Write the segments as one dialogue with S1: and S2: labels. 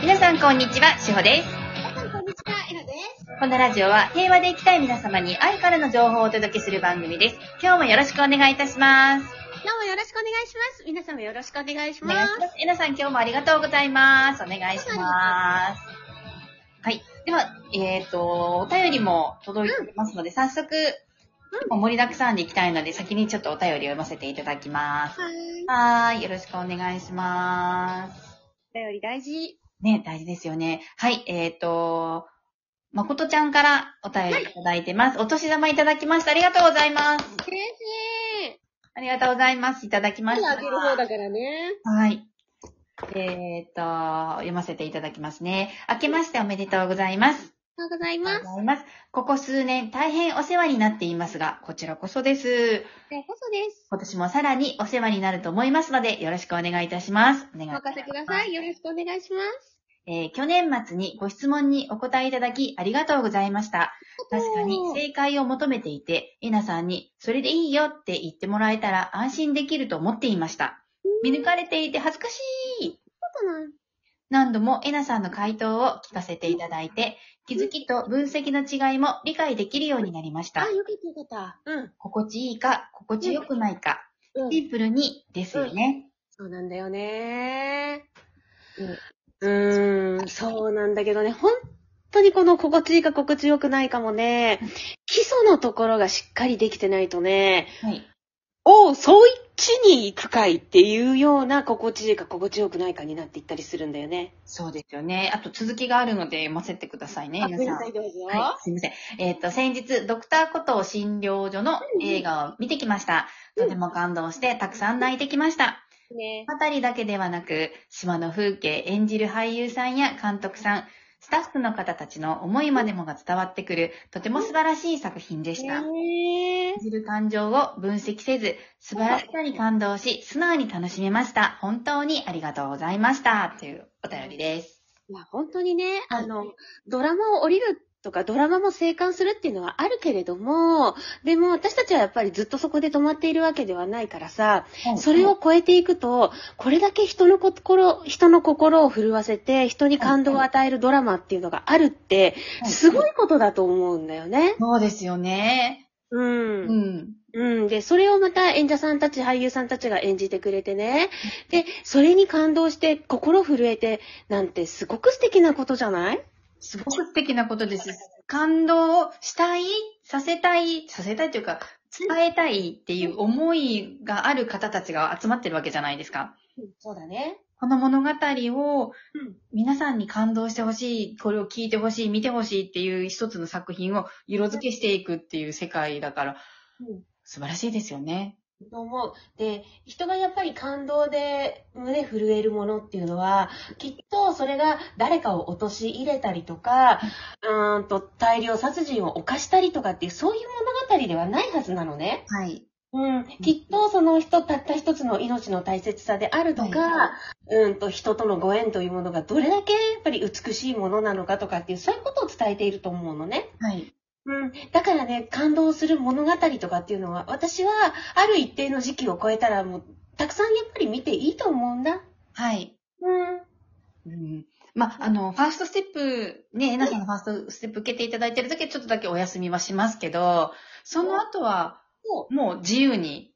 S1: 皆さんこんにちは、しほです。
S2: 皆さん、こんにちは。えなです。
S1: このラジオは平和で生きたい皆様に愛からの情報をお届けする番組です。今日もよろしくお願いいたします。
S2: どうもよろしくお願いします。皆様よろしくお願いし
S1: お
S2: ま
S1: 願いし
S2: す。
S1: ます。えなさん今日もありがとうございます。お願いします。はい。では、えっ、と、お便りも届いておりますので、早速、もう盛りだくさんでいきたいので、先にちょっとお便りを読ませていただきます。
S2: はーい。
S1: はーい。よろしくお願いします。
S2: お便り大事。
S1: ね、大事ですよね。はい、えっ、と、まことちゃんからお便りいただいてます。お年玉いただきました。ありがとうございます。
S2: 嬉しい。
S1: ありがとうございます。いただきまし
S2: 手
S1: た
S2: あ。げる方だからね。
S1: はい。えっ、と、読ませていただきますね。明けましておめでとうございます。
S2: ありがとうござい
S1: あり
S2: ま
S1: が
S2: す
S1: と。うございます。ここ数年大変お世話になっていますが、こちらこそです。
S2: でこそです。
S1: 今年もさらにお世話になると思いますので、よろしくお願いいたします。お願い
S2: お
S1: いたします
S2: 任せください。よろしくお願いします。
S1: えー去年末にご質問にお答えいただきありがとうございました。確かに正解を求めていて、えなさんにそれでいいよって言ってもらえたら安心できると思っていました。見抜かれていて恥ずかしい
S2: そうなん。
S1: 何度もえなさんの回答を聞かせていただいて、気づきと分析の違いも理解できるようになりました
S2: あ、。よかったよかった。うん。
S1: 心地いいか、心地よくないか、
S2: うん。
S1: シンプルにですよね。
S2: そうなんだよね。
S1: うん
S2: うーん、そうなんだけどね、本当にこの心地いいか心地よくないかもね、基礎のところがしっかりできてないとね、
S1: はい。
S2: おう、そういっちに行くかいっていうような心地いいか心地よくないかになっていったりするんだよね。
S1: そうですよね。あと続きがあるので読ませてくださいね、
S2: あ
S1: えなさん。
S2: どうぞ
S1: はい、すみません。えっ、と、先日、ドクターコトー診療所の映画を見てきました。
S2: うん
S1: とても感動して、たくさん泣いてきました。
S2: ね。
S1: あたりだけではなく、島の風景、演じる俳優さんや監督さん、スタッフの方たちの思いまでもが伝わってくる、とても素晴らしい作品でした。
S2: ねえ
S1: 感じる感情を分析せず、素晴らしさに感動し、素直に楽しめました。本当にありがとうございました。というお便りです。
S2: いや、本当にね、
S1: はい
S2: あの、ドラマを降りるとか、ドラマも生還するっていうのはあるけれども、でも私たちはやっぱりずっとそこで止まっているわけではないからさ、それを超えていくと、これだけ人の心、人の心を震わせて、人に感動を与えるドラマっていうのがあるって、
S1: はい、
S2: すごいことだと思うんだよね。
S1: そうですよね。
S2: うん
S1: う。ん。
S2: うん。で、それをまた演者さんたち、俳優さんたちが演じてくれてね。で、それに感動して、心震えて、なんてすごく素敵なことじゃない
S1: すごく素敵なことです。感動をしたい、させたい、させたいというか、伝えたいっていう思いがある方たちが集まってるわけじゃないですか。
S2: そうだね。
S1: この物語を
S2: うん。
S1: 皆さんに感動してほしい、これを聞いてほしい、見てほしいっていう一つの作品を色付けしていくっていう世界だから、素晴らしいですよね。
S2: と思う。で、人がやっぱり感動で胸震えるものっていうのは、きっとそれが誰かを陥れたりとか、うーんと大量殺人を犯したりとかっていう、そういう物語ではないはずなのね。
S1: はい。
S2: うん、きっとその人たった一つの命の大切さであるとか、
S1: は
S2: うんと人とのご縁というものがどれだけやっぱり美しいものなのかとかっていうそういうことを伝えていると思うのね。
S1: はい。
S2: うん、だからね感動する物語とかっていうのは私はある一定の時期を超えたらもうたくさんやっぱり見ていいと思うんだ。
S1: はい。
S2: うん、
S1: うん。まあ、あの、ファーストステップ、ね、えなさんのファーストステップ受けていただいてるだけ、ちょっとだけお休みはしますけど、その後は、
S2: そ
S1: もう自由に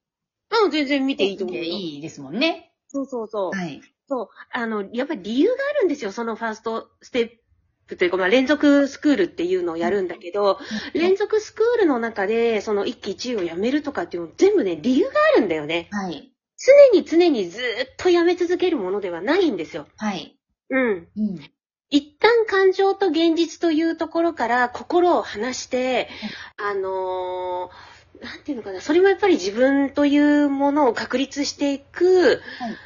S2: ううん、全然見ていいと思うよ。
S1: いいですもんね。
S2: そうそうそう。
S1: はい。
S2: そう。あの、やっぱり理由があるんですよ。そのファーストステップというか、まあ、連続スクールっていうのをやるんだけど、連続スクールの中で、その一期一会を辞めるとかっていうの全部ね、理由があるんだよね。
S1: はい。
S2: 常に常にずーっと辞め続けるものではないんですよ。
S1: はい。
S2: う
S1: う
S2: ん。
S1: ん。
S2: 一旦感情と現実というところから心を離して、あのーなんていうのかな、それもやっぱり自分というものを確立していく
S1: はい、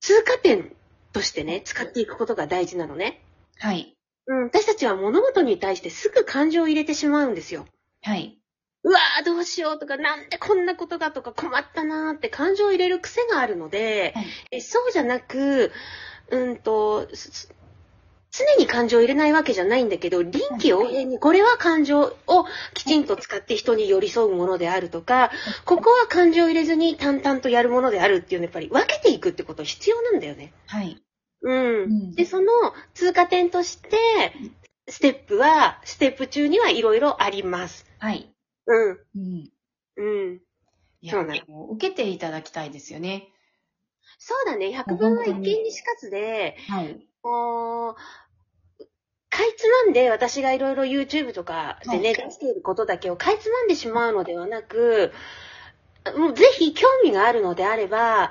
S2: 通過点としてね、使っていくことが大事なのね。
S1: はい。
S2: うん、私たちは物事に対してすぐ感情を入れてしまうんですよ。
S1: はい。
S2: うわーどうしようとか、なんでこんなことがとか困ったなーって感情を入れる癖があるので、
S1: はい
S2: えそうじゃなく、うんと、すす常に感情を入れないわけじゃないんだけど、臨機応変に、これは感情をきちんと使って人に寄り添うものであるとか、ここは感情を入れずに淡々とやるものであるっていうのをやっぱり分けていくってことは必要なんだよね。
S1: はい。
S2: うん。
S1: うん
S2: で、その通過点として、ステップは、ステップ中にはいろいろあります。
S1: はい。
S2: うん。
S1: うん。
S2: うん。
S1: い
S2: そ
S1: や
S2: うなの、
S1: 受けていただきたいですよね。
S2: そうだね。百分は一見にしかずで、
S1: はい。
S2: もう、かいつまんで私がいろいろ YouTube とかでね、
S1: は
S2: 出していることだけをかいつまんでしまうのではなく、もうぜひ興味があるのであれば、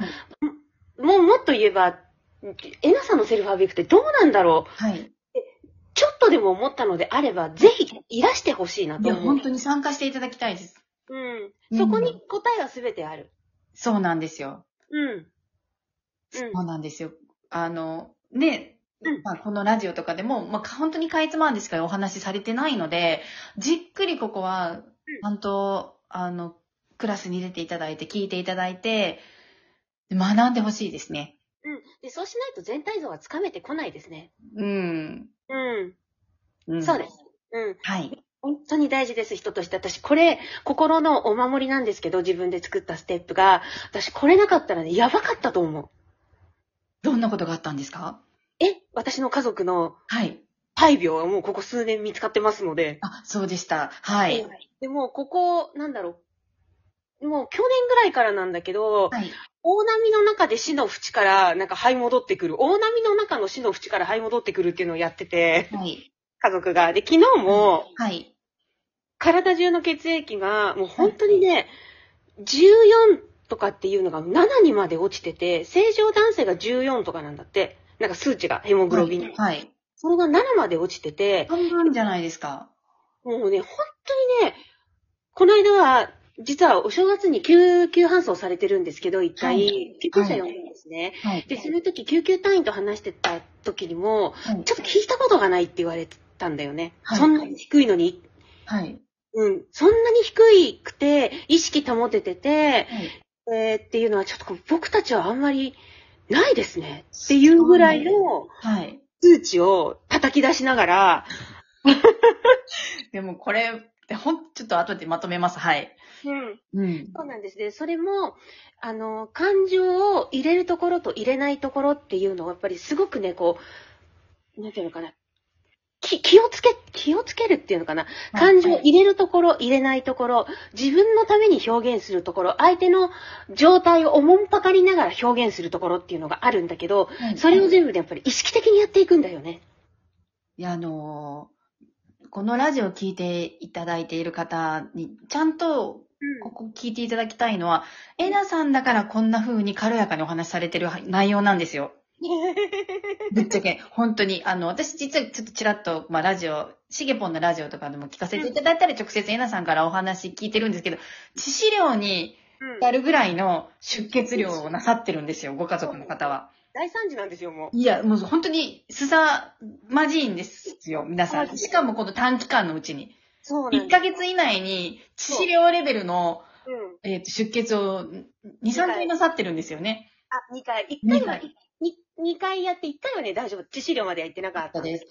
S2: もうもっと言えば、エナさんのセルフアビックってどうなんだろう
S1: はい。
S2: ちょっとでも思ったのであれば、ぜひいらしてほしいないと
S1: や、
S2: 思う
S1: 本。当に参加していただきたいです。
S2: うん。そこに答えはすべてある。
S1: そうなんですよ。
S2: うん。うん
S1: そうなんですよ。あの、ね、
S2: うん
S1: まあ、このラジオとかでも、まあ、本当にかいつまんでしかお話しされてないので、じっくりここは、ちゃんと、あの、クラスに出ていただいて、聞いていただいて、学んでほしいですね。
S2: うん。で、そうしないと全体像がつかめてこないですね。
S1: うん。
S2: うん。
S1: うん、
S2: そうです。。うん。
S1: はい。
S2: 本当に大事です、人として。私、これ、心のお守りなんですけど、自分で作ったステップが、私、これなかったらね、やばかったと思う。
S1: どんなことがあったんですか
S2: え私の家族の
S1: はい。
S2: 肺病はもうここ数年見つかってますので。
S1: あ、そうでした。はい。
S2: でも、ここ、なんだろう。もう去年ぐらいからなんだけど、
S1: はい。
S2: 大波の中で死の淵から、なんか這い戻ってくる。大波の中の死の淵から這い戻ってくるっていうのをやってて、
S1: はい。
S2: 家族が。で、昨日も、
S1: はい。
S2: 体中の血液が、もう本当にね、14とかっていうのが7にまで落ちてて、正常男性が14とかなんだって。なんか数値が、ヘモグロビン。
S1: はい。
S2: それが7まで落ちてて、
S1: 半分じゃないですか。
S2: もうね、本当にね、この間は、実はお正月に救急搬送されてるんですけど、一
S1: は
S2: 回
S1: い、
S2: 救急車呼んだんですね。
S1: はい。
S2: で、その時、救急隊員と話してた時にも、
S1: はい
S2: ちょっと聞いたことがないって言われたんだよね。
S1: はい
S2: そんなに低いのに、
S1: はい。
S2: うん、そんなに低くて、意識保ててて、
S1: はい。
S2: えーっていうのはちょっとこう僕たちはあんまりないですね。っていうぐらいの
S1: はい。
S2: 数値を叩き出しながら、
S1: でもこれ、ほん、ちょっと後でまとめます。はい。
S2: うん、
S1: うん。
S2: そうなんですね。それも、あの、感情を入れるところと入れないところっていうのをやっぱりすごくね、こう、なんていうのかな。き気をつけ、気をつけるっていうのかな。感情を入れるところ、入れないところ、自分のために表現するところ、相手の状態をおもんぱかりながら表現するところっていうのがあるんだけど、
S1: はい
S2: それを
S1: い
S2: 全部でやっぱり意識的にやっていくんだよね。
S1: や、あのーこのラジオを聞いていただいている方に、ちゃんと、ここ聞いていただきたいのは、エナさんだからこんな風に軽やかにお話しされてる内容なん ですよ。ぶっちゃけ、本当に、あの、私実はちょっとちらっと、まあラジオ、しげぽんのラジオとかでも聞かせていただいたり、直接エナさんからお話聞いてるんですけど、致死量にやるぐらいの出血量をなさってるんですよ、ご家族の方は。
S2: 大惨事なんですよ、も
S1: いや、もう本当に、すさまじいんですよ、皆さん。しかもこの短期間のうちに。
S2: そうなん
S1: 1
S2: です。
S1: ヶ月以内に、致死量レベルの、
S2: うん
S1: えーと出血を2、3回なさってるんですよね。
S2: あ、2回。1回は
S1: 二回、
S2: 2, 二回やって、1回はね、大丈夫。致死量までは行ってなかった。
S1: です。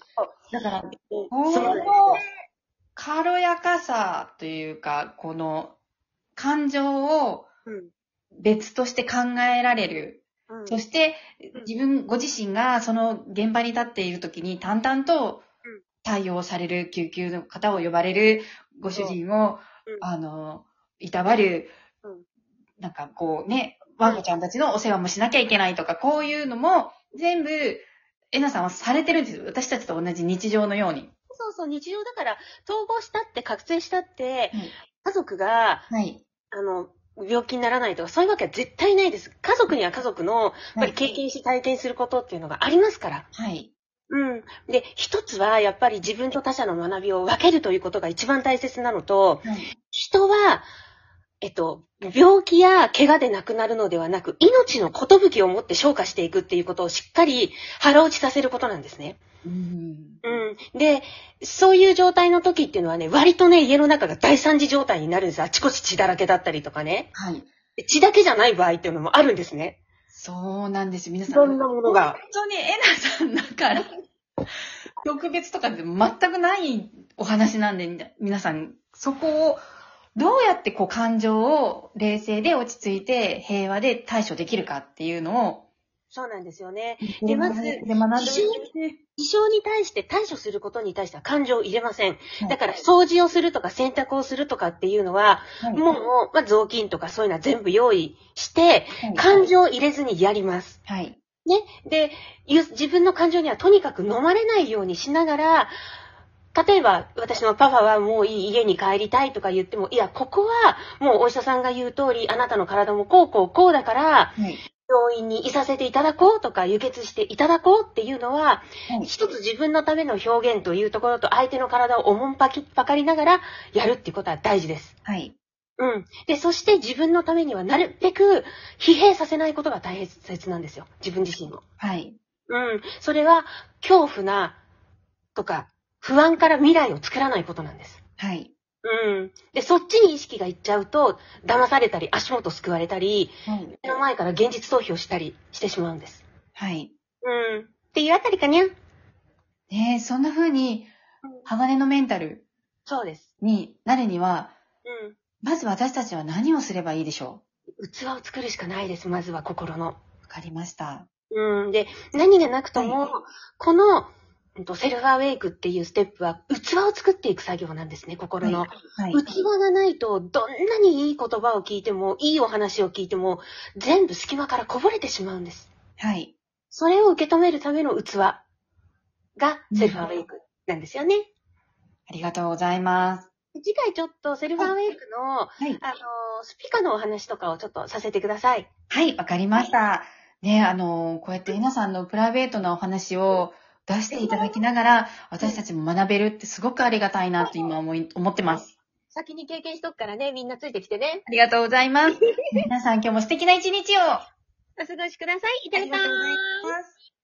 S2: だから、
S1: こ
S2: そう
S1: の軽やかさというか、この感情を
S2: うん
S1: 別として考えられる。
S2: うん
S1: そして
S2: うん
S1: 自分ご自身がその現場に立っている時に淡々と
S2: うん
S1: 対応される救急の方を呼ばれるご主人を
S2: うんうん、
S1: あの、いたわる
S2: うん、
S1: なんかこうね、我がちゃんたちのお世話もしなきゃいけないとか、こういうのも全部、えなさんはされてるんですよ。私たちと同じ日常のように。
S2: そうそう、日常だから、統合したって、覚醒したって、
S1: はい
S2: 家族が、
S1: はい。
S2: あの、病気にならないとか、そういうわけは絶対ないです。家族には家族の、やっぱり経験し体験することっていうのがありますから。
S1: はい。
S2: うん。で、一つは、やっぱり自分と他者の学びを分けるということが一番大切なのと、
S1: はい。
S2: 人は、えっと、病気や怪我で亡くなるのではなく、命の寿をもって消化していくっていうことをしっかり腹落ちさせることなんですね。
S1: うん。
S2: うん。で、そういう状態の時っていうのはね、割とね、家の中が大惨事状態になるんです。あちこち血だらけだったりとかね。
S1: はい。
S2: で血だけじゃない場合っていうのもあるんですね。
S1: そうなんですよ。皆
S2: い
S1: さ
S2: ろ
S1: ん。本
S2: んなものが。
S1: 当にエナさんだから、特別とかで全くないお話なんで、みな皆さん、そこを、どうやってこう感情を冷静で落ち着いて平和で対処できるかっていうのを、
S2: そうなんですよね。
S1: で、
S2: ま
S1: ま
S2: ず
S1: ず、で学んでみ
S2: 事象に対して対処することに対しては感情を入れません。
S1: て
S2: だから、掃除をするとか洗濯をするとかっていうのは、
S1: ら
S2: もう、まあ、雑巾とかそういうのは全部用意して、感情を入れずにやります。
S1: はい。
S2: ね。で、ゆ自分の感情にはとにかく飲まれないようにしながら、例えば、私のパパはもういい、家に帰りたいとか言っても、いや、ここは、もうお医者さんが言う通り、あなたの体もこうこうこうだから、
S1: はい。
S2: 病院にいさせていただこうとか、輸血していただこうっていうのは、
S1: はい。
S2: 一つ自分のための表現というところと、相手の体をおもんぱき、ぱかりながらやるっていうことは大事です。
S1: はい。
S2: うん。で、そして自分のためにはなるべく疲弊させないことが大切なんですよ。自分自身を。
S1: はい。
S2: うん。それは、恐怖な、とか、不安から未来を作らないことなんです。
S1: はい。
S2: うん。で、そっちに意識がいっちゃうと、騙されたり、足元すくわれたり、
S1: はい。
S2: 目の前から現実逃避をしたりしてしまうんです。
S1: はい。
S2: うん。っていうあたりかにゃ。
S1: ねえ、そんな風に、鋼のメンタル
S2: そうです。
S1: になるには、
S2: うん。
S1: まず私たちは何をすればいいでしょ
S2: 器を作るしかないです、まずは心の。
S1: うわかりました。
S2: うん。で、何がなくとも、
S1: はい
S2: この、うんとセルフアウェイクっていうステップは、器を作っていく作業なんですね、心の。
S1: はい。
S2: 器がないと、どんなにいい言葉を聞いても、いいお話を聞いても、全部隙間からこぼれてしまうんです。
S1: はい。
S2: それを受け止めるための器が、セルフアウェイクなんですよね。
S1: ありがとうございます。
S2: 次回ちょっと、セルフアウェイクの、
S1: はい。
S2: あのー、スピカのお話とかをちょっとさせてください。
S1: はい、わかりました。ね、あの、こうやって皆さんのプライベートなお話を出していただきながら、私たちも学べるってすごくありがたいなと今思い、思ってます。
S2: 先に経験しとくからね、みんなついてきてね。
S1: ありがとうございます。皆さん今日も素敵な一日を
S2: お過ごしください。い
S1: あ
S2: ただきま
S1: ま
S2: す。
S1: す。